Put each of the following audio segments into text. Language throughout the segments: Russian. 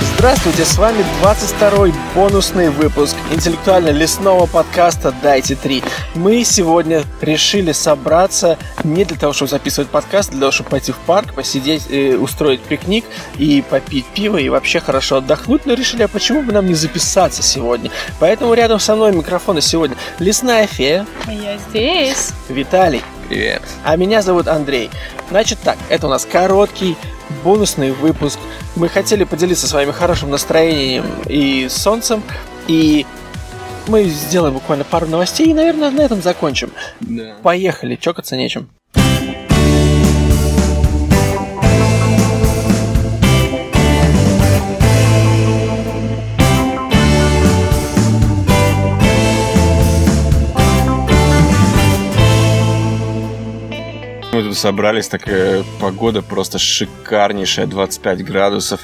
Здравствуйте, с вами 22-й бонусный выпуск интеллектуально-лесного подкаста «Дайте три». Мы сегодня решили собраться не для того, чтобы записывать подкаст, а для того, чтобы пойти в парк, посидеть, э, устроить пикник и попить пиво, и вообще хорошо отдохнуть, но решили, а почему бы нам не записаться сегодня? Поэтому рядом со мной микрофоны сегодня Лесная Фея, Я здесь. Виталий, Привет. а меня зовут Андрей. Значит так, это у нас короткий бонусный выпуск. Мы хотели поделиться с вами хорошим настроением и солнцем, и мы сделаем буквально пару новостей, и, наверное, на этом закончим. Да. Поехали, чокаться нечем. Мы тут собрались, такая погода просто шикарнейшая, 25 градусов.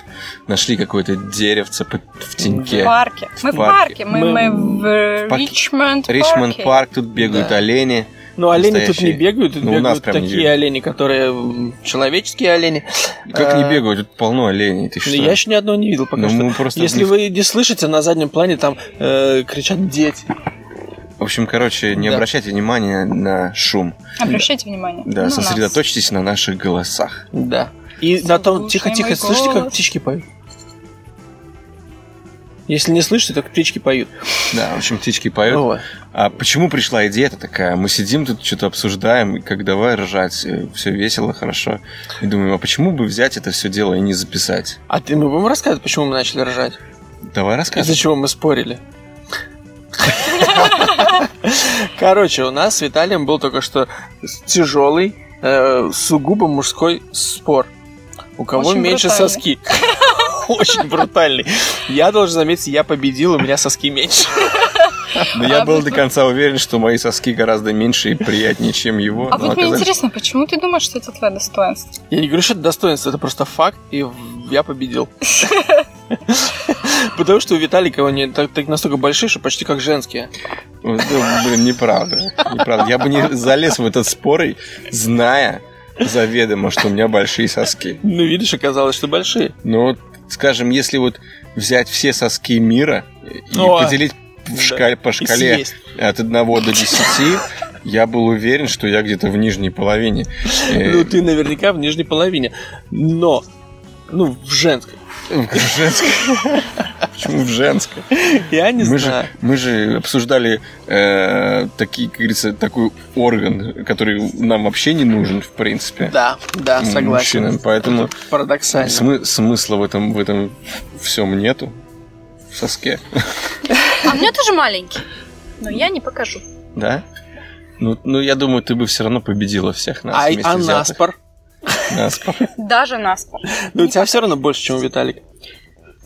Нашли какое-то деревце под- в В теньке. парке. Мы в парке. Мы, Мы- мы в э, в парке. Ричмонд парке. Ричмонд парк, тут бегают Да. олени. Но Ну, олени тут не Настоящие. бегают, тут Ну, у бегают нас прям не такие бегают. олени, которые м, человеческие олени. Как не бегают, тут полно оленей. Ты Но что? я еще ни одного не видел Э, ну, пока Ну, что. мы просто Если не- вы не слышите, на заднем плане там э, кричат дети. В общем, короче, не Да. обращайте внимания на шум. Обращайте внимание. Да, Ну, На Ну, нас. сосредоточьтесь на наших голосах. Да. И на том Слушай тихо-тихо, мой слышите, как голос. птички поют? Если не слышите, то как птички поют. Да, в общем, птички поют. Вот. А почему пришла идея-то такая? Мы сидим тут, что-то обсуждаем, и как давай ржать, все весело, хорошо. И думаем, а почему бы взять это все дело и не записать? А ты мы будем рассказывать, почему мы начали ржать? Давай Из-за рассказывай. чего мы спорили? Короче, у нас с Виталием был только что тяжелый, э, сугубо мужской спор. У кого Очень меньше брутальный. соски? Очень брутальный. Я должен заметить, я победил, у меня соски меньше. Но я был до конца уверен, что мои соски гораздо меньше и приятнее, чем его. А но вот мне оказалось- интересно, почему ты думаешь, что это твое достоинство? Я не говорю, что это достоинство, это просто факт, и в- я победил. Потому что у Виталика они так, так настолько большие, что почти как женские. Вот, да, ну, Блин, неправда. Неправда. Я бы не залез в этот спор, и, зная заведомо, что у меня большие соски. Ну, видишь, оказалось, что большие. Но, вот, скажем, если вот взять все соски мира и О, поделить в да. шкаль- по И шкале съесть. от 1 до 10, я был уверен, что я где-то в нижней половине. Э, Ну, ты наверняка в нижней половине. Но, ну, в женской. В женской. Почему в женской? Я не мы, знаю. же, мы же обсуждали э, такие, как говорится, такой орган, который нам вообще не нужен, в принципе. Да, да, м, согласен. мужчинам, поэтому- Это Парадоксально. Смы- смысла в этом, в этом всем нету. В соске. А у меня тоже маленький. Но я не покажу. Да? Ну, ну, я думаю, ты бы все равно победила всех нас А, вместе а взятых. наспор? Наспор. Даже наспор. Ну, у тебя все равно больше, чем у Виталика.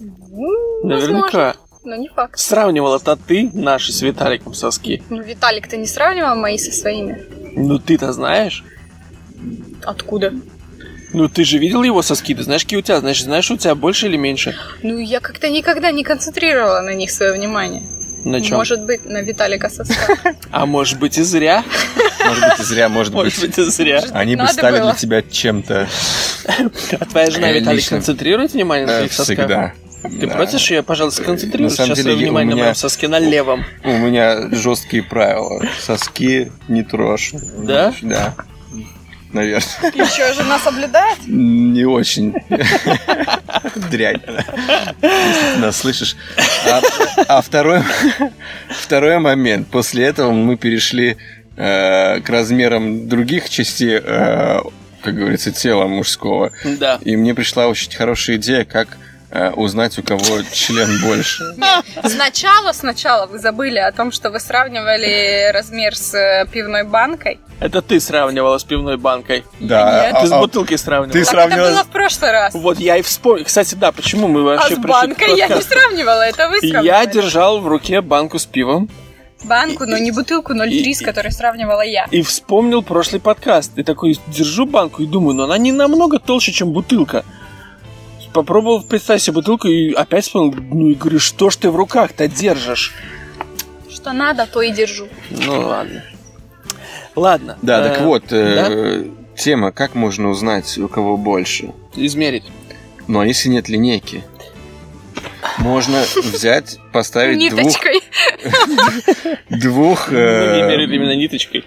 Ну, возможно, Наверняка. Но не факт. Сравнивала-то ты наши с Виталиком соски. Ну, Виталик, ты не сравнивал мои со своими? Ну, ты-то знаешь. Откуда? Ну, ты же видел его соски, ты знаешь, какие у тебя, значит, знаешь, у тебя больше или меньше? Ну, я как-то никогда не концентрировала на них свое внимание. На чем? Может быть, на Виталика соска. А может быть и зря? Может быть, и зря, может Может быть. быть и зря. Они бы Надо стали было. для тебя чем-то А твоя жена, Э, Виталий, лично. концентрирует внимание на э, своих сосках? всегда. Ты Да. Э, против, что я, пожалуйста, сконцентрирую На самом сейчас деле, свое я- у внимание на меня- моем соске на левом? У меня жесткие правила. Соски не трожь. Да? Да. Наверное. Еще жена соблюдает? Не очень. Дрянь. Если ты Нас слышишь. А, а второй, второй момент. После этого мы перешли э, к размерам других частей, э, как говорится, тела мужского. Да. И мне пришла очень хорошая идея, как э, узнать, у кого член больше. Сначала, сначала вы забыли о том, что вы сравнивали размер с э, пивной банкой. Это ты сравнивала с пивной банкой. Да. Ты с а- а- бутылкой сравнивала. ты Так сравнивала это с- было в прошлый раз. Вот я и вспомнил. Кстати, да, почему мы А вообще с пришли к банкой я не подкасту? сравнивала, это вы сравнивали. Я держал в руке банку с пивом. банку, но не бутылку 0,3, с и- которой сравнивала я. И вспомнил прошлый подкаст. И такой держу банку и думаю, но она не намного толще, чем бутылка. Попробовал представь себе бутылку и опять вспомнил. Ну и говорю, что ж ты в руках-то держишь? Что надо, то и держу. Ну ладно. Ладно. Да, Э, так вот, э, тема, как можно узнать, у кого больше. Измерить. Ну, а если нет линейки? Можно взять, поставить двух, Ниточкой. двух Мы не э, мерили Ну, именно ниточкой.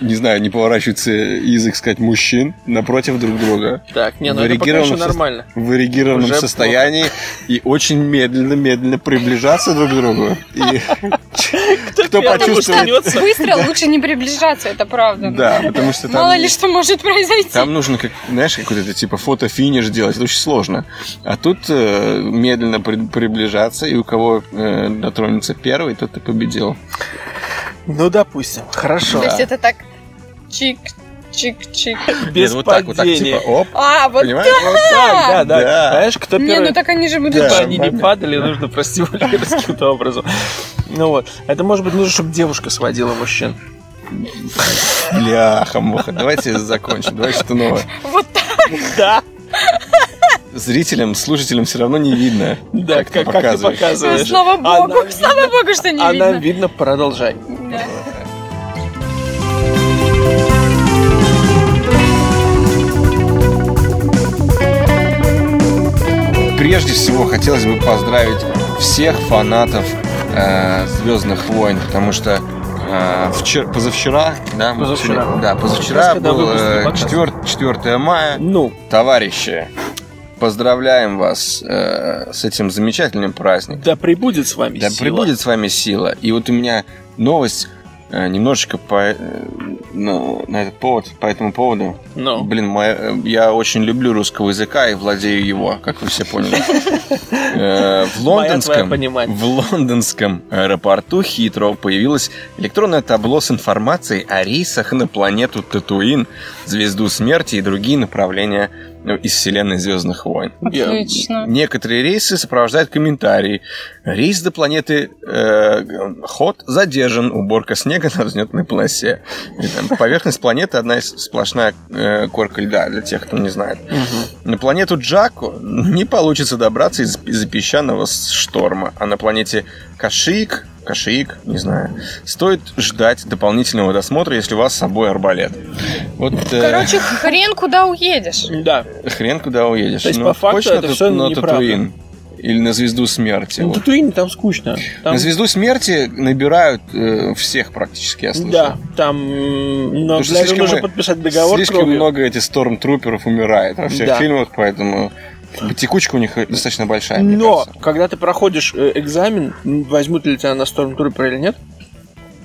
не знаю, не поворачивается язык сказать, мужчин напротив друг друга Так, не, ну это пока варигированном еще сос- нормально. в эрегированном Уже состоянии и очень медленно-медленно приближаться друг к другу. И кто почувствует... Вернется. Быстро лучше не приближаться, это правда. Ну, Да, потому что там... Мало ли что может произойти. Там нужно, как, знаешь, какой-то типа фото-финиш делать, это очень сложно. А тут э, медленно при- приближаться, и у кого э, дотронется первый, тот и победил. Ну, допустим. Хорошо. То есть это так чик, чик, чик. Без Нет, вот так, вот так, падения. типа, оп, А, вот. понимаешь? Вот Так, да, да. Да. Знаешь, кто Не, первый ну так они же будут. Да. чтобы жить. они не понятно. падали, нужно простимулировать каким-то образом. Ну вот. Это может быть нужно, чтобы девушка сводила мужчин. Бляха, муха. Давайте закончим, давайте что-то новое. Вот так. Да, Зрителям, слушателям все равно не видно. да, Как как, ты как ты показываешь. показываешь. Слава А нам богу, слава богу, что не А нам видно. видно, продолжай. Да. Прежде всего, хотелось бы поздравить всех фанатов Звездных войн, потому что э, вчер- позавчера, да, мы Позавчера. сегодня- да, Раз, позавчера когда был выпустили э, подкаст. 4, 4 мая. Ну, Товарищи, поздравляем вас э, с этим замечательным праздником. да прибудет с вами Да сила. прибудет с вами сила. И вот у меня новость э, немножечко по, э, ну, на этот повод, по этому поводу. Ну, Блин, моя- э, я очень люблю русского языка и владею его, как вы все поняли. Э, В моя твоя лондонском, понимание. в лондонском аэропорту Хитро появилось электронное табло с информацией о рейсах на планету Татуин, Звезду Смерти и другие направления э, из вселенной Звездных войн. Я- Отлично. Некоторые рейсы сопровождают комментарии. Рейс до планеты э, Ход задержан. Уборка снега на взлетной полосе. И там поверхность планеты одна из сплошная э, корка льда, для тех, кто не знает. Мгм. На планету Джаку не получится добраться из- из-за песчаного с- шторма. А на планете Кашиик, Кашиик, не знаю, стоит ждать дополнительного досмотра, если у вас с собой арбалет. Вот э, Короче, хрен куда уедешь. Да. хрен куда уедешь. То есть, Ну, по факту, хочешь на это Тат- всё на неправда. Татуин? Или на звезду смерти. Ну, вот. Татуине там скучно. Там- На звезду смерти набирают э, всех практически, я слышал. Да, там... м, Но Потому что для этого слишком нужно мы- подписать договор Слишком кровью. много этих стормтруперов умирает во всех Да. фильмах, поэтому как бы, текучка у них достаточно большая. А, мне Но, кажется. когда ты проходишь э, экзамен, м, возьмут ли тебя на Stormtrooper или нет,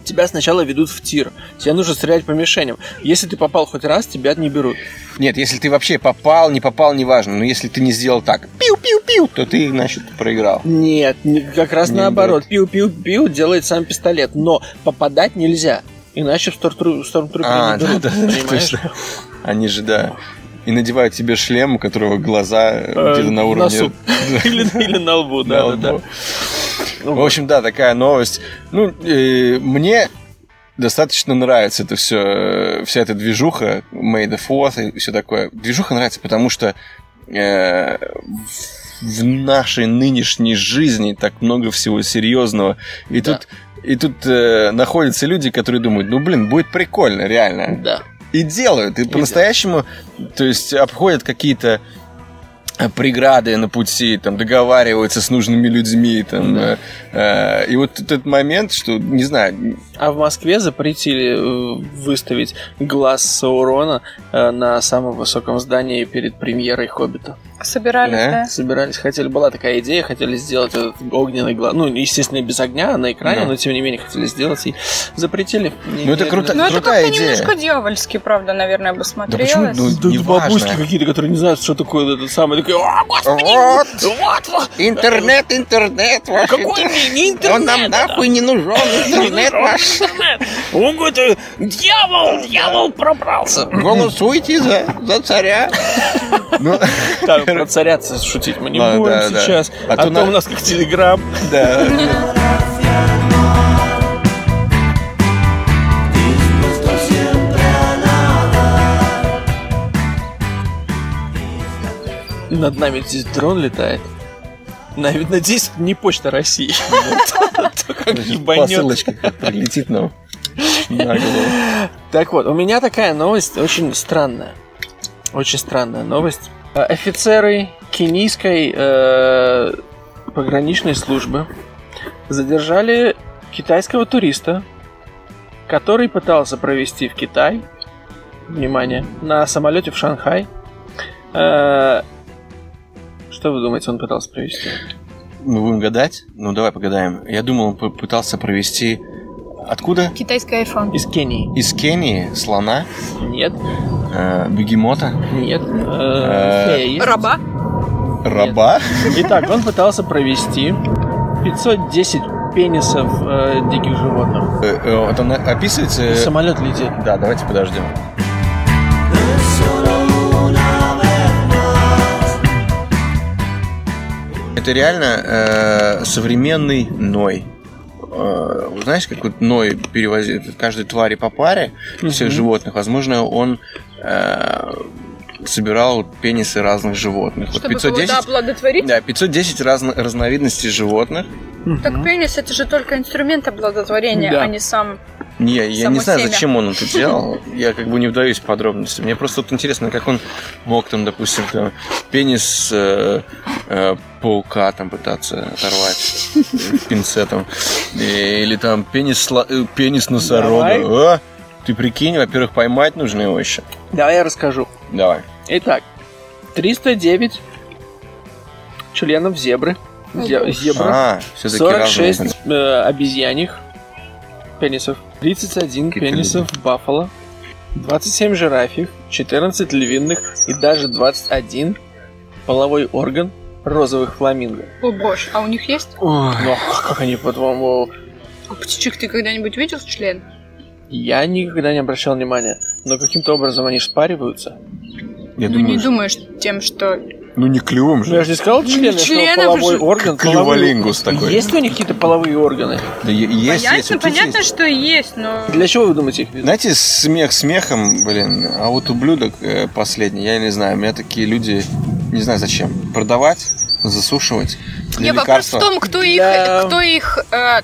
тебя сначала ведут в тир. Тебе нужно стрелять по мишеням. Если ты попал хоть раз, тебя не берут. Нет, если ты вообще попал, не попал, неважно. Но если ты не сделал так, пиу-пиу-пиу, то ты, значит, проиграл. Нет, не- как раз Не наоборот. Пиу-пиу-пиу делает сам пистолет, но попадать нельзя. Иначе в Stormtroo- Stormtrooper А, не берут, да, да, да, понимаешь? точно. Они же, да. И надевают тебе шлем, у которого глаза э, Э, где-то на на уровне... суп. Или, или на лбу, Да, да, да, да. вот. В общем, да, такая новость. Ну, э, мне достаточно нравится это все, вся эта движуха, Made of What и все такое. Движуха нравится, потому что э, в- в нашей нынешней жизни так много всего серьезного. И Да. тут, и тут э, находятся люди, которые думают, ну, блин, будет прикольно, реально Да. и делают, и по-настоящему, то есть обходят какие-то э, преграды на пути, там договариваются с нужными людьми, там Да. э, э, и вот этот момент, что не знаю, А в Москве запретили э, выставить глаз Саурона э, на самом высоком здании перед премьерой Хоббита. Собирались, Да. да? Собирались, хотели, была такая идея, хотели сделать этот огненный глаз. Ну, естественно, без огня на экране, Да. но тем не менее хотели сделать и запретили. Ну, это круто. Ну, это Крутая как-то идея. немножко дьявольски, правда, наверное, бы да почему, смотрелось. ну, Тут неважно. бабушки какие-то, которые не знают, что такое этот самый, такой, «А, господи, Вот. вот, вот, интернет, интернет ваш, какой интер- не, не интернет, он нам это, нахуй не нужен, интернет ваш, интернет. Он говорит, э, дьявол, дьявол пробрался. голосуйте за, за царя. Ну, Так, про царя-то шутить мы не Ладно, будем да, да. сейчас. А А, то то на- у нас как телеграм. да. над нами здесь дрон летает. На- Надеюсь, это не почта России. То как ебанет. Посылочка как прилетит нам на голову. Так вот, у меня такая новость очень странная. Очень странная новость. Э, Офицеры кенийской э, пограничной службы задержали китайского туриста, который пытался провести в Китай, внимание, на самолете в Шанхай. Э, что вы думаете, он пытался провести? Мы будем гадать? Ну, давай погадаем. Я думал, он п- пытался провести... Откуда? Китайский айфон. Из Кении? Из Кении слона, Нет, э, бегемота, нет. Э, Э, есть. Раба? раба. Итак, он пытался провести 510 пенисов э, диких животных. Э, э, вот она описывается... И э, самолет летит. Да, давайте подождем. Это реально э, современный Ной. Э, знаешь, как вот Ной перевозит каждой твари по паре всех Мгм. животных. Возможно, он э, собирал пенисы разных животных. Вот Чтобы кого-то оплодотворить? да, 510 разно- разновидностей животных. Мгм. Так пенис это же только инструмент оплодотворения, Да. а не сам. Не, я Само не знаю, семя. зачем он это делал. Я как бы не вдаюсь в подробности. Мне просто вот интересно, как он мог там, допустим, там, пенис э, э, паука там пытаться оторвать пинцетом. И- Или там пенис, сла- э, пенис носорога. Давай. А? Ты прикинь, во-первых, поймать нужно его еще. Давай я расскажу. Давай. Итак, 309 членов зебры. Зе- Зебра. А, все-таки 46 э, обезьяних пенисов. 31 Какие-то пенисов баффало. 27 жирафьев. 14 львиных. И даже 21 половой орган розовых фламинго. О боже, а у них есть? Ну, а как они, по-твоему, У птичек ты когда-нибудь видел член? Я никогда не обращал внимания, но каким-то образом они спариваются. Я ну не думаю, думаешь тем, что ну не клювом Ну, я же не сказал члены, что членов половой же- орган. половой- Клюволингус такой. Есть ли у них какие-то половые органы? Да, е- есть, понятно, есть, у птиц понятно, есть. что есть, но Для чего вы думаете их ведут? Знаете, смех смехом, блин, а вот ублюдок э, последний, я не знаю, у меня такие люди, не знаю зачем, продавать, засушивать Не, для вопрос в лекарства. том, кто их, Да. кто их, э,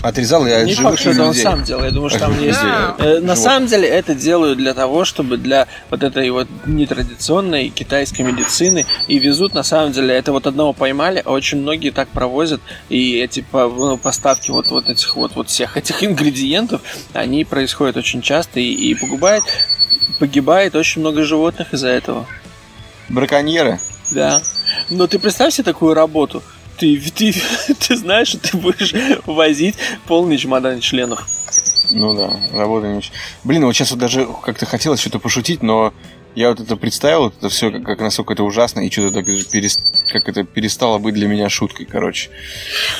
Отрезал я от Не факт, живых что это он людей. сам делал. Я думаю, что там Живых есть... людей, Да. Э, э, На животных. самом деле это делают для того, чтобы для вот этой вот нетрадиционной китайской медицины и везут на самом деле это вот одного поймали, а очень многие так провозят и эти по- ну, поставки вот вот этих вот вот всех этих ингредиентов они происходят очень часто и, и погибает погибает очень много животных из-за этого. Браконьеры. Да. Но ты представь себе такую работу. Ты, ты, ты знаешь, что ты будешь возить полный чемодан членов. Ну да, работа не очень. Блин, вот сейчас вот даже как-то хотелось что-то пошутить, но я вот это представил, вот это все, как, как насколько это ужасно, и что-то так перес- как это перестало быть для меня шуткой, короче.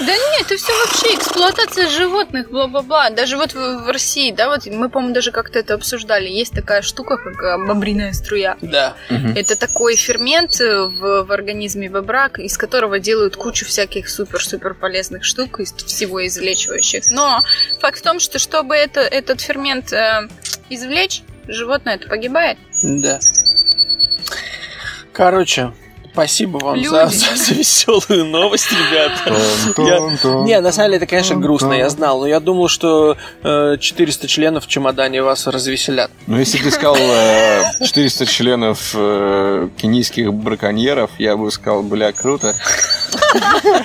да нет, это все вообще эксплуатация животных, бла-бла-бла. Даже вот в, в России, да, вот мы, по-моему, даже как-то это обсуждали. Есть такая штука, как э, бобриная струя. Да. Это такой фермент э, в, в организме бобра, к- из которого делают кучу всяких супер-супер полезных штук, из всего излечивающих. Но факт в том, что чтобы это, этот фермент э, извлечь, животное это погибает. Да. Короче, спасибо вам за, Люди. веселую новость, ребята. Тон-тон-тон. Не, на самом деле это, конечно, Ну, грустно, да. я знал, но я думал, что э, 400 членов в чемодане вас развеселят. Ну, если бы ты сказал э, 400 членов э, кенийских браконьеров, я бы сказал, бля, круто.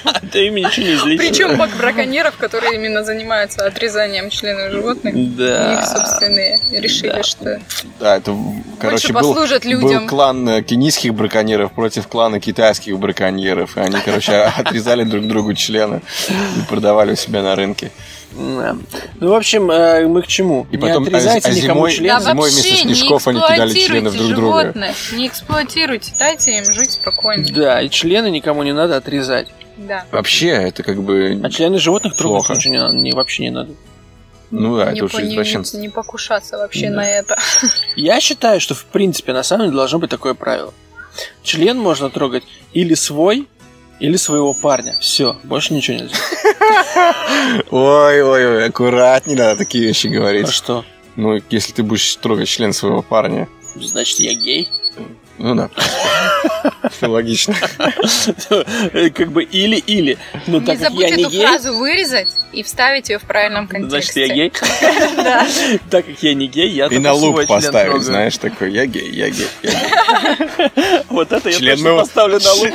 А ты им ничего не излечишь. Причем бак браконьеров, которые именно занимаются отрезанием членов животных, Да. их собственные решили, Да. что Да, это, м, больше короче, был, послужат был людям. клан э, кенийских браконьеров против клана китайских браконьеров. И они, короче, отрезали друг другу члены и продавали у себя на рынке. Да. Ну, в общем, э, мы к чему? И потом, а не з- отрезайте а никому зимой- члены. Да, Зимой вместо снежков они кидали членов друг друга. животных, не эксплуатируйте, дайте им жить спокойно. Да, и члены никому не надо отрезать. Да. Вообще, это как бы... А члены животных трогать Плохо. ничего не надо, не- вообще не надо. Ну да, не, это по- уже не- извращенство. не покушаться вообще Да. на это. Я считаю, что в принципе на самом деле должно быть такое правило. Член можно трогать или свой, или своего парня. Все, больше ничего нельзя. Ой-ой-ой, аккуратнее надо такие вещи А говорить. что? Ну, если ты будешь трогать член своего парня, Значит, я гей? Ну да. Логично. Э, Как бы или-или. Но Не Ну, так как я забудь не эту гей, фразу вырезать и вставить ее в правильном значит, контексте. я гей. Так как я не гей, я И только на свой лук член поставить, трогаю. знаешь, такой, я гей, я гей. я гей. Вот это я Член точно моего- поставлю на лук.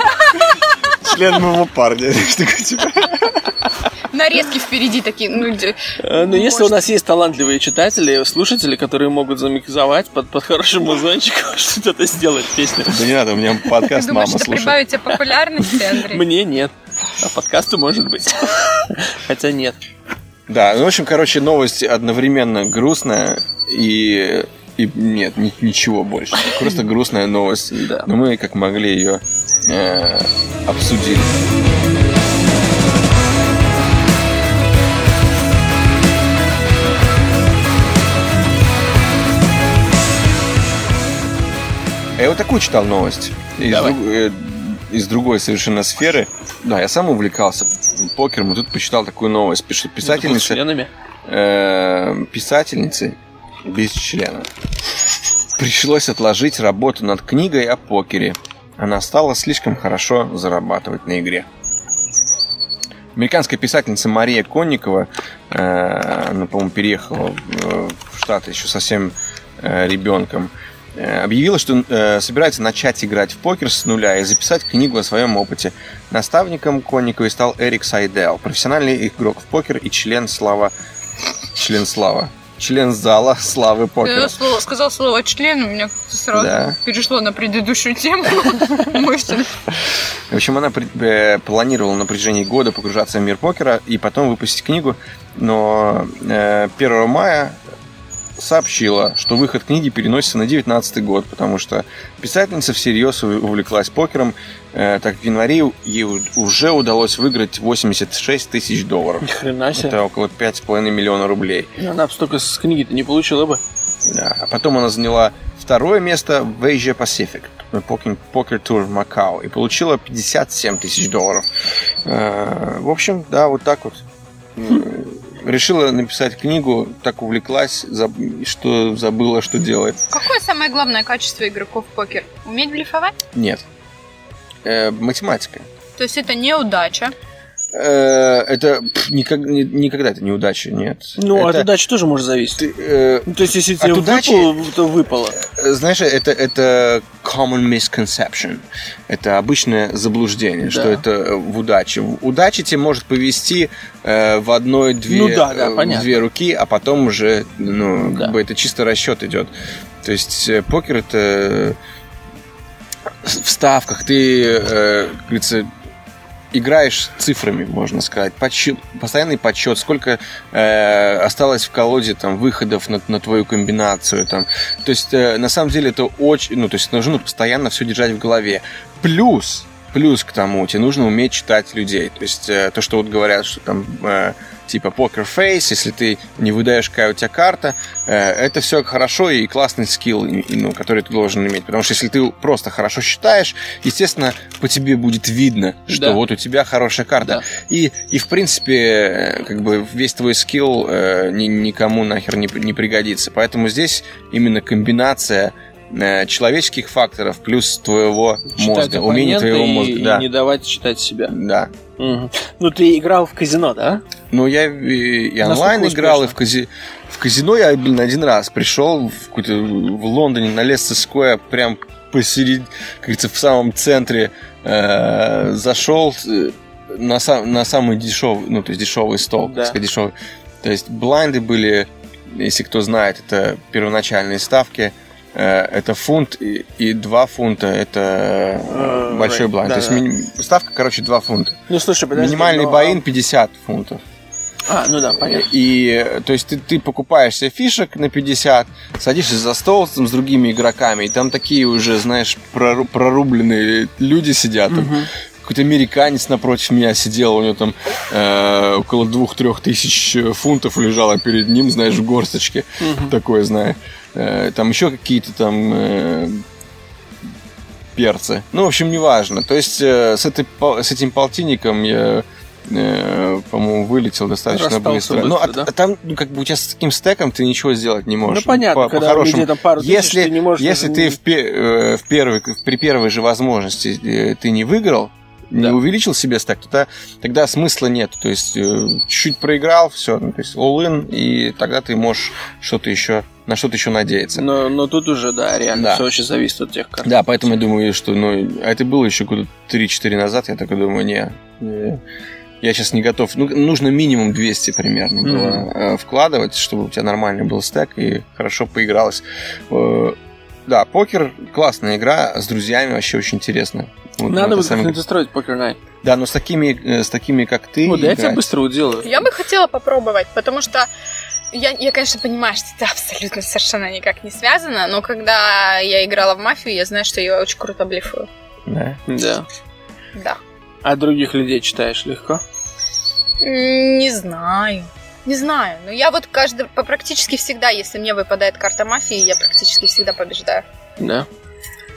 Член моего парня. Знаешь, такой, типа, Нарезки впереди такие. Ну, где- Э, Ну, если у Может. нас есть талантливые читатели, слушатели, которые могут замикзовать под, под хорошим музончиком, что-то сделать песню. Да не надо, у меня Ты подкаст думаешь, мама это слушает. прибавит тебе популярности, Андрей? Мне нет. А подкасту может быть. Хотя нет. Да, ну, в общем, короче, новость одновременно грустная и... И нет, ни- ничего больше. Просто грустная новость. Да. Но мы как могли ее обсудили. А Я вот такую читал новость. Из, Давай. друг- э, из другой совершенно сферы. Да, я сам увлекался покером, и тут почитал такую новость. Пишет С писательница членами. э, писательницы без члена. Пришлось отложить работу над книгой о покере. Она стала слишком хорошо зарабатывать на игре. Американская писательница Мария Конникова, э, она, по-моему, переехала в, э, в Штаты еще совсем э, ребенком, э, объявила, что э, собирается начать играть в покер с нуля и записать книгу о своем опыте. Наставником Конниковой стал Эрик Сайдел, профессиональный игрок в покер и член слава... Член слава. Член зала славы покера. Я слово- сказал слово член, у меня как-то Да. сразу перешло на предыдущую тему. Мышцы. В общем, она пред- э, планировала на протяжении года погружаться в мир покера и потом выпустить книгу, но э, 1 мая сообщила, что выход книги переносится на 19 год, потому что писательница всерьез ув- увлеклась покером, э, так как в январе у- ей у- уже удалось выиграть 86 тысяч долларов. Ни хрена себе. Это около 5,5 миллиона рублей. Она бы столько с книги-то не получила бы. Да. А потом она заняла второе место в Asia Pacific Poker, Poker Tour в Макао и получила 57 тысяч долларов. Э, В общем, да, вот так вот. М, Решила написать книгу, так увлеклась, заб- что забыла, что делает. Какое самое главное качество игроков в покер? Уметь блефовать? Нет. Э, математика. То есть это неудача. Э, это пф, никак- ни- никогда это неудача, нет. Ну, это, от удачи тоже может зависеть. ты, э, Ну, то есть, если тебе От удачи- выпало, то выпало. э, Знаешь, это, это common misconception. Это обычное Да. заблуждение, что это э, в удаче. В удаче тебе может повести э, в одной-две Ну да, да, э, понятно. две руки, а потом уже, ну, Да. как бы это чисто расчет идет. То есть э, покер это с- в ставках ты, э, как говорится, играешь цифрами, можно сказать, подсчет, постоянный подсчет, сколько э, осталось в колоде там выходов на, на твою комбинацию, там, то есть э, на самом деле это очень, ну то есть нужно постоянно все держать в голове. Плюс, плюс к тому, тебе нужно уметь читать людей, то есть э, то, что вот говорят, что там э, типа покер фейс, если ты не выдаешь, какая у тебя карта, э, это все хорошо и классный скилл, и- и, ну, который ты должен иметь. Потому что если ты просто хорошо считаешь, естественно, по тебе будет видно, что Да. вот у тебя хорошая карта. Да. И, и в принципе, э, как бы весь твой скилл э, ни- никому нахер не, при- не пригодится. Поэтому здесь именно комбинация э, человеческих факторов плюс твоего Читать мозга, умение оппонента твоего и- мозга. и да. не давать читать себя. Да. Мгм. Ну, ты играл в казино, да? Ну, я и, и Насколько онлайн играл, и в, успешно? кази- в казино я, блин, один раз пришел в, какой-то- в Лондоне на Лестер-Сквер, прям посередине, как говорится, в самом центре э, зашел э, на, сам, на самый дешевый, ну, то есть дешевый стол, Да. так сказать, дешевый. То есть блайнды были, если кто знает, это первоначальные ставки, Э, это фунт и, и 2 фунта, это Э, большой right, блайнд. да, то есть да. мини- ставка, короче, 2 фунта. Ну, слушай, подожди. Минимальный ну, а- боин 50 фунтов. А, ну да, понятно. И э, то есть ты, ты покупаешь себе фишек на 50, садишься за стол там, с другими игроками, и там такие уже, знаешь, прору- прорубленные люди сидят. там. Мгм. Какой-то американец напротив меня сидел, у него там э, около двух-трех тысяч э, фунтов лежало перед ним, знаешь, в горсточке. Мгм. Такое, знаешь. Э, там еще какие-то там э, перцы. Ну, в общем, неважно. То есть э, с, этой пол- с этим полтинником я э, по-моему, вылетел достаточно Расстался быстро. быстро, Ну, а т- да? а там, ну, как бы у тебя с таким стеком ты ничего сделать не Ну, можешь. понятно, по- когда по-хорошему. людей там пару тысяч, если ты не можешь если даже ты не- в, пе- э, в первый, при первой же возможности э, ты не выиграл, не Да. увеличил себе стек, то та- тогда смысла нет. То есть э, чуть-чуть проиграл, все, то есть all-in, и тогда ты можешь что-то еще, на что-то еще надеяться. Но, но тут уже, да, реально, Да. все очень зависит от тех карт. Да, поэтому я думаю, что, ну, а это было еще года 3-4 назад, я такой думаю, не, не, я сейчас не готов. Ну, нужно минимум 200 примерно Мгм. было э, вкладывать, чтобы у тебя нормальный был стек и хорошо поигралось. Э, Да, покер классная игра, с друзьями вообще очень интересно. Вот, ну, Надо это вот самое- как-нибудь устроить покер найт. Да, но с такими, э, с такими как ты. Вот, да я тебя играть- быстро уделаю. Я бы хотела попробовать, потому что я, я, конечно, понимаю, что это абсолютно совершенно никак не связано, но когда я играла в мафию, я знаю, что я очень круто блефую. Да. Да. Да. А других людей читаешь легко? М, Не знаю. Не знаю. Но я вот каждый, по- практически всегда, если мне выпадает карта мафии, я практически всегда побеждаю. Да.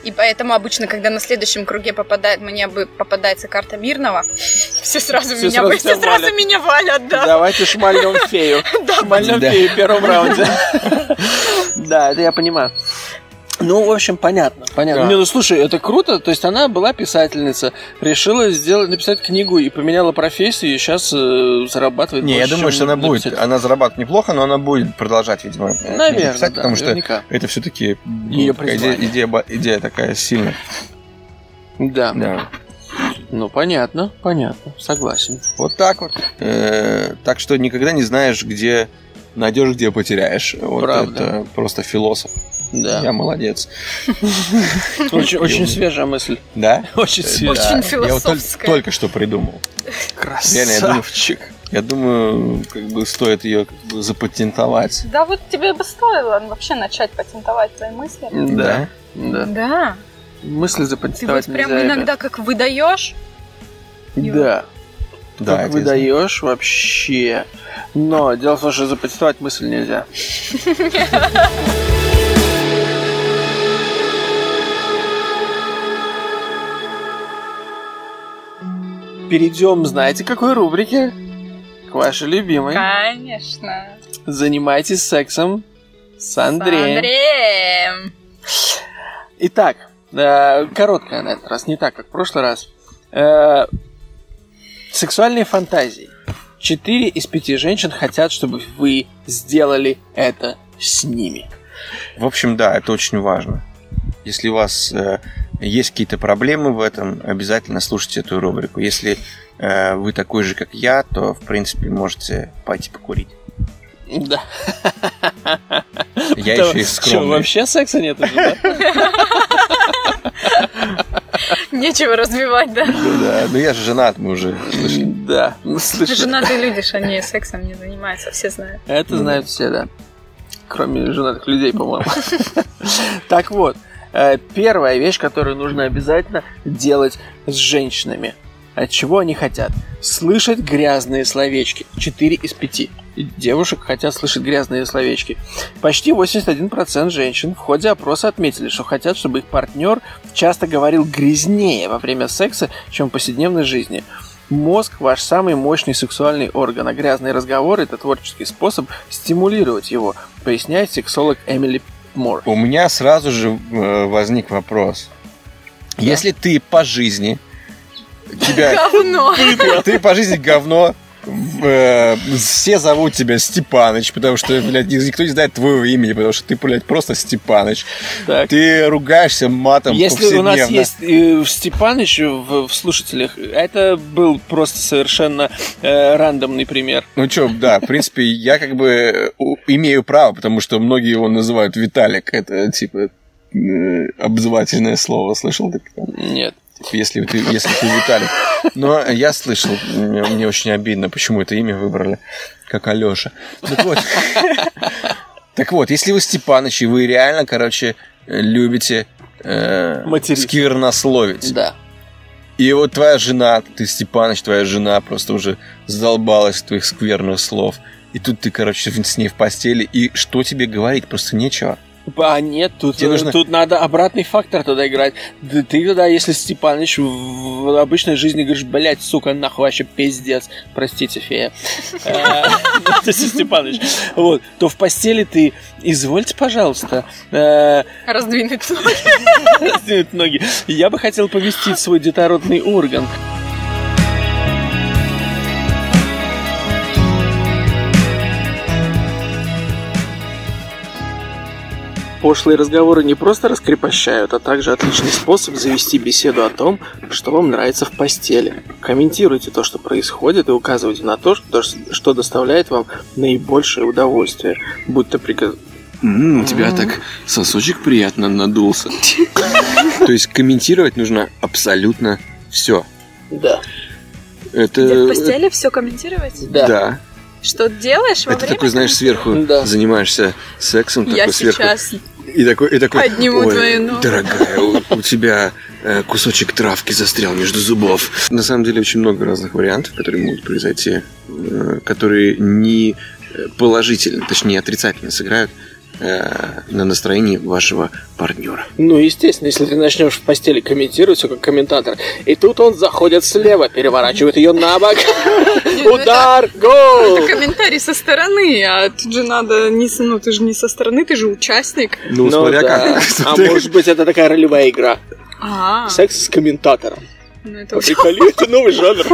И поэтому обычно, когда на следующем круге попадает, мне бы попадается карта мирного, все сразу Все меня сразу бы- тебя все сразу валят. меня валят, да. Давайте шмальем фею. Да. Шмальем Да. фею в первом раунде. Да, это я понимаю. Ну, в общем, понятно, понятно. Да. Не, ну слушай, это круто. То есть она была писательница, решила сделать, написать книгу и поменяла профессию, и сейчас зарабатывает Не, я больше, думаю, чем что она будет. написать. Она зарабатывает неплохо, но она будет продолжать, видимо, э, Наверное, писать, да, потому что наверняка. это все-таки Её идея, призвание. идея ба- идея такая сильная. Да. Да. Ну, понятно, понятно, согласен. Вот так вот. Э, так что никогда не знаешь, где найдешь, где потеряешь. Вот Правда. это просто философ. Да. Я молодец. Очень, очень свежая мысль. Да? Очень Да. свежая. Очень Я вот толь- философская. только, что придумал. Реально, я думаю, Красавчик. я думаю, как бы стоит ее как бы запатентовать. Да вот тебе бы стоило вообще начать патентовать твои мысли. Да, да. Да. Мысли Ты вот запатентовать прям нельзя, иногда как выдаешь. ребят. Да. Да, как это я выдаешь вообще. Но дело в том, что запатентовать мысль нельзя. Перейдем, знаете, к какой рубрике? К вашей любимой. Конечно. Занимайтесь сексом с С Андреем. Андреем. Итак, э, короткая на этот раз, не так, как в прошлый раз. Э, Сексуальные фантазии. Четыре из пяти женщин хотят, чтобы вы сделали это с ними. В общем, да, это очень важно. Если у вас э, есть какие-то проблемы в этом, обязательно слушайте эту рубрику. Если э, вы такой же, как я, то, в принципе, можете пойти покурить. Да. Я Да, еще и чё, скромный. вообще секса нет уже, да? Нечего развивать, да? Да, ну я же женат, мы уже слышали. Да, ну, слышали. Женатые люди, ж, они сексом а не занимаются, все знают. Это Ну да. знают все, да. Кроме женатых людей, по-моему. Так вот, э, первая вещь, которую нужно обязательно делать с женщинами. От чего они хотят? Слышать грязные словечки. 4 из 5 девушек хотят слышать грязные словечки. Почти 81% женщин в ходе опроса отметили, что хотят, чтобы их партнер часто говорил грязнее во время секса, чем в повседневной жизни. Мозг – ваш самый мощный сексуальный орган, а грязные разговоры – это творческий способ стимулировать его, поясняет сексолог Эмили Мор. У меня сразу же э, возник вопрос. Если ты по жизни тебя Говно. ты по жизни говно, в- э, все зовут тебя Степаныч, потому что, блядь, никто не знает твоего имени, потому что ты, блядь, просто Степаныч. Так. Ты ругаешься матом Если у нас повседневно. есть э, Степаныч в, в слушателях, это был просто совершенно э, рандомный пример. Ну чё, да, в принципе, я как бы э, у- имею право, потому что многие его называют Виталик. Это, типа, э, обзывательное слово. Слышал? Так, там, Нет. типа, если ты, если ты Виталик. Но я слышал, мне, мне очень обидно, почему это имя выбрали, как Алёша. Так вот, так вот, если вы Степаныч, и вы реально, короче, любите э, Материться. сквернословить, Да. и вот твоя жена, ты Степаныч, твоя жена просто уже задолбалась твоих скверных слов. И тут ты, короче, в- с ней в постели, и что тебе говорить? Просто нечего. А нет, тут, Тебе нужно- тут надо обратный фактор туда играть. Да ты тогда, если Степаныч в, в обычной жизни говоришь, блядь, сука, нахуй, вообще пиздец, простите, фея. Э, ну, то есть Степаныч. Вот, то в постели ты, извольте, пожалуйста, э, Раздвинуть ноги. раздвинуть ноги. Я бы хотел повестить свой детородный орган. Пошлые разговоры не просто раскрепощают, а также отличный способ завести беседу о том, что вам нравится в постели. Комментируйте то, что происходит, и указывайте на то, что, что доставляет вам наибольшее удовольствие. Будь то приготовление М, У тебя так сосочек приятно надулся. То есть комментировать нужно абсолютно все. Да. Это... э, Где в постели все комментировать? Да. Что делаешь во Это время такой, знаешь, сверху Да. занимаешься сексом, Я такой сверху. сейчас И такой, и такой, Подниму «Ой, твою ногу». дорогая, у, у тебя э, кусочек травки застрял между зубов. На самом деле очень много разных вариантов, которые могут произойти, э, которые не э, положительно, точнее отрицательно сыграют э, на настроении вашего партнера. Ну, естественно, если ты начнешь в постели комментировать, все как комментатор. И тут он заходит слева, переворачивает ее на бок. ну Удар! Гол! Это комментарий со стороны, а тут же надо не со- ну ты же не со стороны, ты же участник. Ну, смотря да. как. А может быть, это такая ролевая игра. А, Секс с комментатором. ну это очень- Приколи, это новый жанр.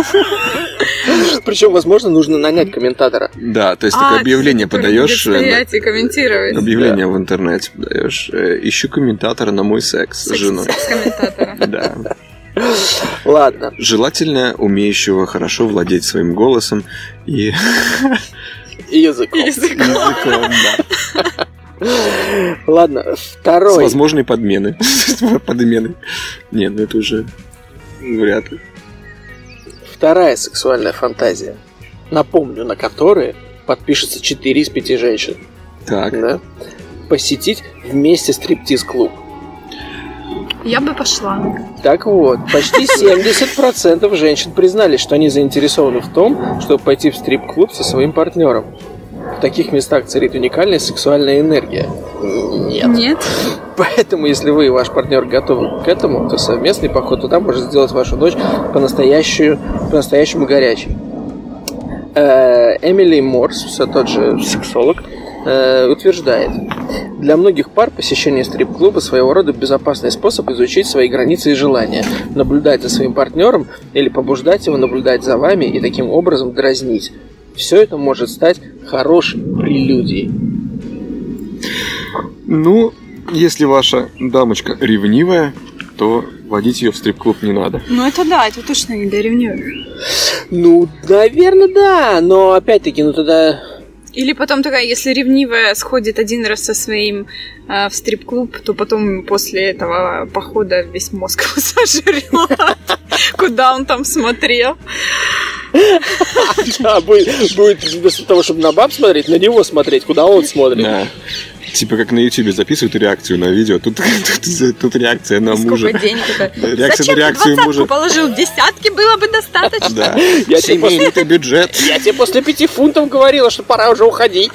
Причем, возможно, нужно нанять комментатора. Да, то есть А, такое объявление типа, подаешь, э, мероприятие комментировать. объявление в интернете подаешь. э, Ищу комментатора на мой секс с Секс- женой. секс-комментатора. Да. Ладно. Желательно умеющего хорошо владеть своим голосом и И языком. Языком. языком, да. Ладно, С второй. возможной подмены. Подмены. Нет, ну это уже вряд ли. Вторая сексуальная фантазия. Напомню, на которые подпишется 4 из 5 женщин. Так. Да. Посетить вместе стриптиз-клуб. Я бы пошла. Так вот, почти 70% женщин признались, что они заинтересованы в том, чтобы пойти в стрип-клуб со своим партнером. В таких местах царит уникальная сексуальная энергия. Нет. Нет. Поэтому, если вы и ваш партнер готовы к этому, то совместный поход туда может сделать вашу ночь по-настоящему, по-настоящему горячей. Э, Эмили Морс, все тот же сексолог, э, утверждает, для многих пар посещение стрип-клуба своего рода безопасный способ изучить свои границы и желания, наблюдать за своим партнером или побуждать его наблюдать за вами и таким образом дразнить. Все это может стать хорошей прелюдией. Ну, если ваша дамочка ревнивая, то водить ее в стрип-клуб не надо. Ну это да, это точно не для ревнивых. Ну, наверное, да, но опять-таки, ну тогда... Или потом такая, если ревнивая сходит один раз со своим э, в стрип-клуб, то потом после этого похода весь мозг сожрет. Куда он там смотрел? Да, будет, будет вместо того, чтобы на баб смотреть, на него смотреть, куда он смотрит. Да. Типа как на Ютубе записывают реакцию на видео, тут, тут- тут реакция на И мужа. Сколько денег это? Реакция Зачем на реакцию ты двадцатку мужа. положил? Десятки было бы достаточно. Да. Я типа- тебе после- Семейный-то бюджет. Я тебе после пяти фунтов говорила, что пора уже уходить.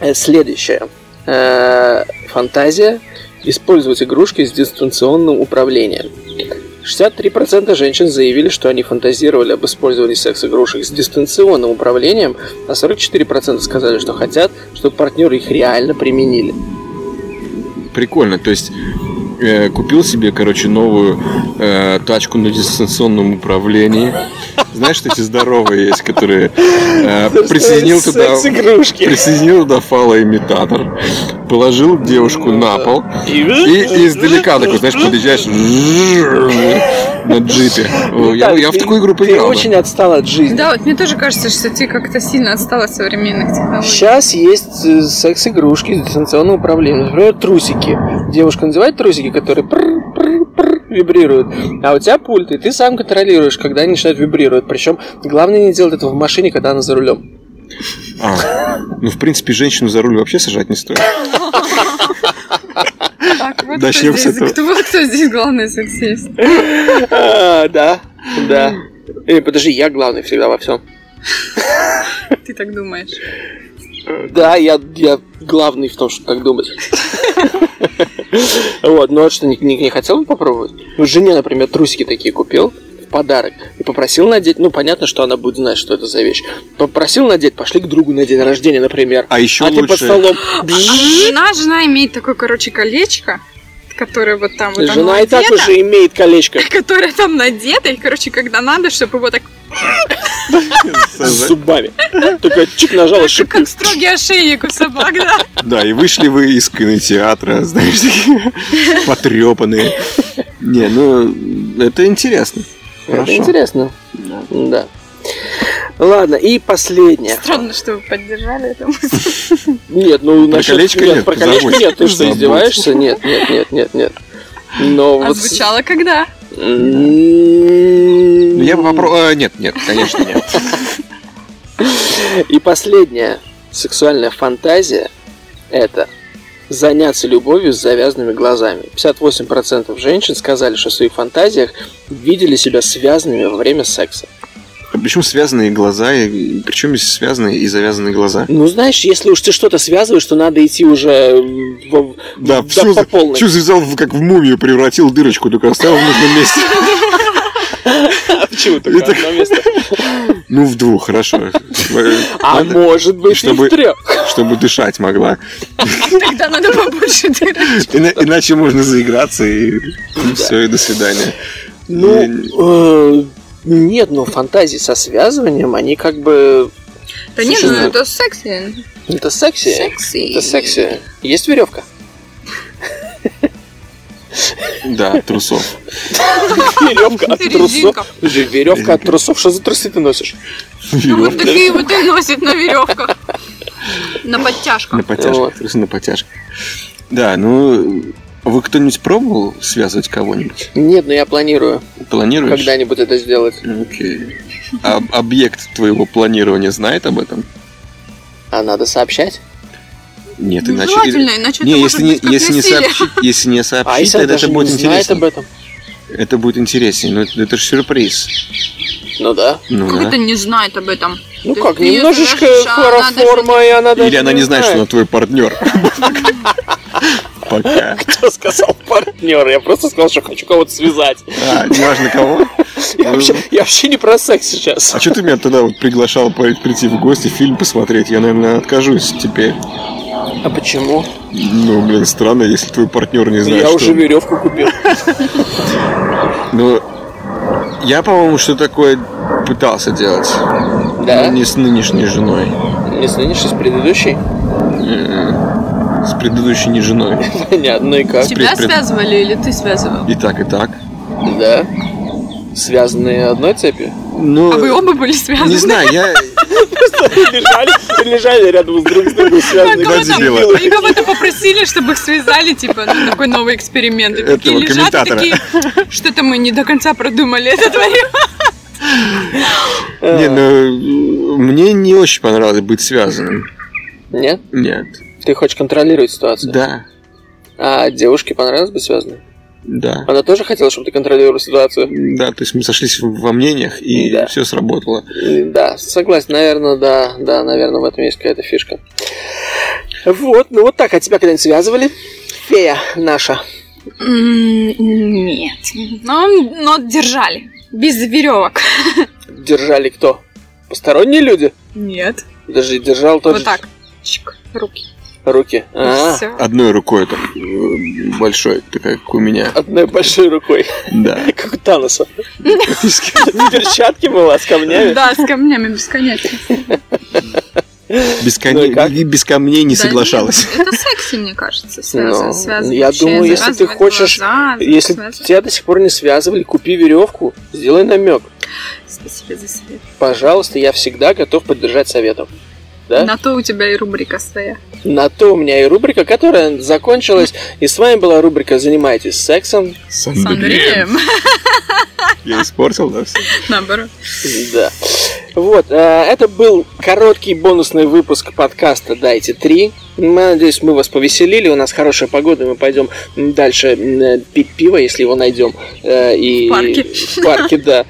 Э, Следующее. Э, Фантазия. Использовать игрушки с дистанционным управлением. 63% женщин заявили, что они фантазировали об использовании секс-игрушек с дистанционным управлением, а 44% сказали, что хотят, чтобы партнеры их реально применили. Прикольно, то есть э, купил себе, короче, новую э, тачку на дистанционном управлении. Знаешь, что эти здоровые есть, которые э, присоединил туда Секс-игрушки. присоединил туда фалоимитатор, положил девушку на пол и издалека такой, знаешь, подъезжаешь на джипе. О, Я, я в такую игру Ну Ты поиграл. бы. очень отстал от жизни. Да, вот мне тоже кажется, что ты как-то сильно отстала от современных технологий. Сейчас есть э, секс-игрушки с дистанционным управлением. Например, трусики. Девушка надевает трусики, которые пр- пр- пр вибрируют. А у тебя пульт, и ты сам контролируешь, когда они начинают вибрировать. Причем главное не делать этого в машине, когда она за рулем. А, ну, в принципе, женщину за руль вообще сажать не стоит. Так, вот кто начнем с здесь, этого. кто- вот кто здесь главный сексист. А, Да, да. Э, подожди, я главный всегда во всем. Ты так думаешь. Да, я, я главный в том, что так думать. Вот, ну а что, не, не- не хотел бы попробовать? Ну, жене, например, трусики такие купил в подарок и попросил надеть, ну, понятно, что она будет знать, что это за вещь. Попросил надеть, пошли к другу на день рождения, например. А еще а ты под лучше... столом. А Жена, жена имеет такое, короче, колечко, которое вот там а, вот оно Жена и так надето, уже имеет колечко которое там надето, и, короче, когда надо, чтобы его так, с зубами. Только чик нажал и как, шип. как строгий ошейник у собак, да. Да, и вышли вы из кинотеатра, знаешь, такие потрепанные. Не, ну, это интересно. Это Хорошо. интересно. Да. Ладно, и последнее. Странно, что вы поддержали это. мысль. Нет, ну Про насчет- колечко нет, про колечко забудь. нет, ты что, Забудь. издеваешься? Нет, нет, нет, нет, нет. Но А вот... звучало когда? Ну, М, Я бы попробовал... Нет, нет, конечно, нет. И последняя сексуальная фантазия – это заняться любовью с завязанными глазами. 58% женщин сказали, что в своих фантазиях видели себя связанными во время секса. Причем связанные глаза, и- причем здесь связанные и завязанные глаза. Ну, знаешь, если уж ты что-то связываешь, то надо идти уже м, во- Да, Да, всю, по полной. всю завязал, в- как в мумию превратил дырочку, только оставил в нужном месте. Почему только Это- одно место? Ну, в двух, хорошо. А ну. Надо, может быть и чтобы- в трех. Чтобы дышать могла. А Тогда надо побольше дырочек. Ина- Иначе можно заиграться и все, и до свидания. Ну, Я э, нет, ну фантазии со связыванием, они как бы... Да не, Слушай, ну ну- это секси. Это секси. Секси. Это секси. Есть веревка? Да, трусов. Веревка от трусов. Резинка. Слушай, веревка от трусов. Что за трусы ты носишь? Ну, вот такие вот и носят на веревках. На На подтяжках. потяжках, Вот. трусы на потяжках. Да, ну, вы кто-нибудь пробовал связывать кого-нибудь? Нет, но я планирую Планируешь? Ну, когда-нибудь это сделать. Окей. А объект твоего планирования знает об этом? А надо сообщать? Нет, Ну, иначе... Желательно, иначе Не, это может если не, быть как если не насилие. сообщить, если не А сообщить, если она тогда даже это не будет знает об интереснее. этом? Это будет интереснее. Ну, это, это же сюрприз. Ну да. Ну, Как да. это не знает об этом? Ну Ты как, приезжаешь, немножечко а она хлороформа, и она даже Или она не знает, что она твой партнер. Пока. Кто сказал партнер? Я просто сказал, что хочу кого-то связать. А, неважно кого. Я вообще, я вообще не про секс сейчас. А что ты меня тогда вот приглашал по- прийти в гости, фильм посмотреть? Я, наверное, откажусь теперь. А почему? Ну, блин, странно, если твой партнер не знает, я что... уже веревку купил. Ну, я, по-моему, что такое пытался делать. Да? Но не с нынешней женой. Не слышишь с предыдущей? Э, С предыдущей не женой. Понятно, ну и как? Тебя Пред- пред- связывали или ты связывал? И так, и так. Да. Связанные одной цепью? Ну, А вы оба были связаны? не знаю, я... Лежали, лежали рядом с друг с другом связанные. Два Кого дебила. там, они кого-то попросили, чтобы их связали, типа, ну, такой новый эксперимент. И такие Этого, лежат, и комментатора. такие, что-то мы не до конца продумали этот вариант. Э, Не, ну, мне не очень понравилось быть связанным. Нет? Нет. Ты хочешь контролировать ситуацию? Да, А девушке понравилось быть связанной? да. Она тоже хотела, чтобы ты контролировал ситуацию? Да, то есть мы сошлись во мнениях, и Да. все сработало. Да, согласен, наверное, да, да, наверное, в этом есть какая-то фишка. Вот, ну вот так, а тебя когда-нибудь связывали? Фея наша. Нет. Но, но держали. Без веревок. Держали кто? Посторонние люди? Нет. Даже держал тот Вот же так. Чик, руки. руки. А, Все. Одной рукой там э, большой, такая, как у меня. одной большой рукой, Да. как у Таноса. Практически. В перчатке была с камнями. Да, с камнями бесконечно. Без, Ну и коней- как? и без камней не Да соглашалась. нет, это секси, мне кажется, связано. Ну, связано я вообще, думаю, если ты завязывать хочешь- глаза, Если связывать. тебя до сих пор не связывали, купи веревку, сделай намек. Спасибо за совет. Пожалуйста, я всегда готов поддержать советом. Да? На то у тебя и рубрика своя. На то у меня и рубрика, которая закончилась. И с вами была рубрика «Занимайтесь сексом». С С Андреем. Я испортил, да? всё? Наоборот. Да. Вот, э, это был короткий бонусный выпуск подкаста «Дайте три». Мы, надеюсь, мы вас повеселили, у нас хорошая погода, мы пойдем м, дальше м, э, пить пиво, если его найдем. э, И... В парке. В парке, да.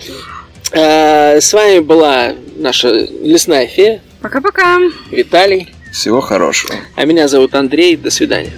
Э, С вами была наша лесная фея Пока-пока. Виталий Всего хорошего. А меня зовут Андрей. До свидания.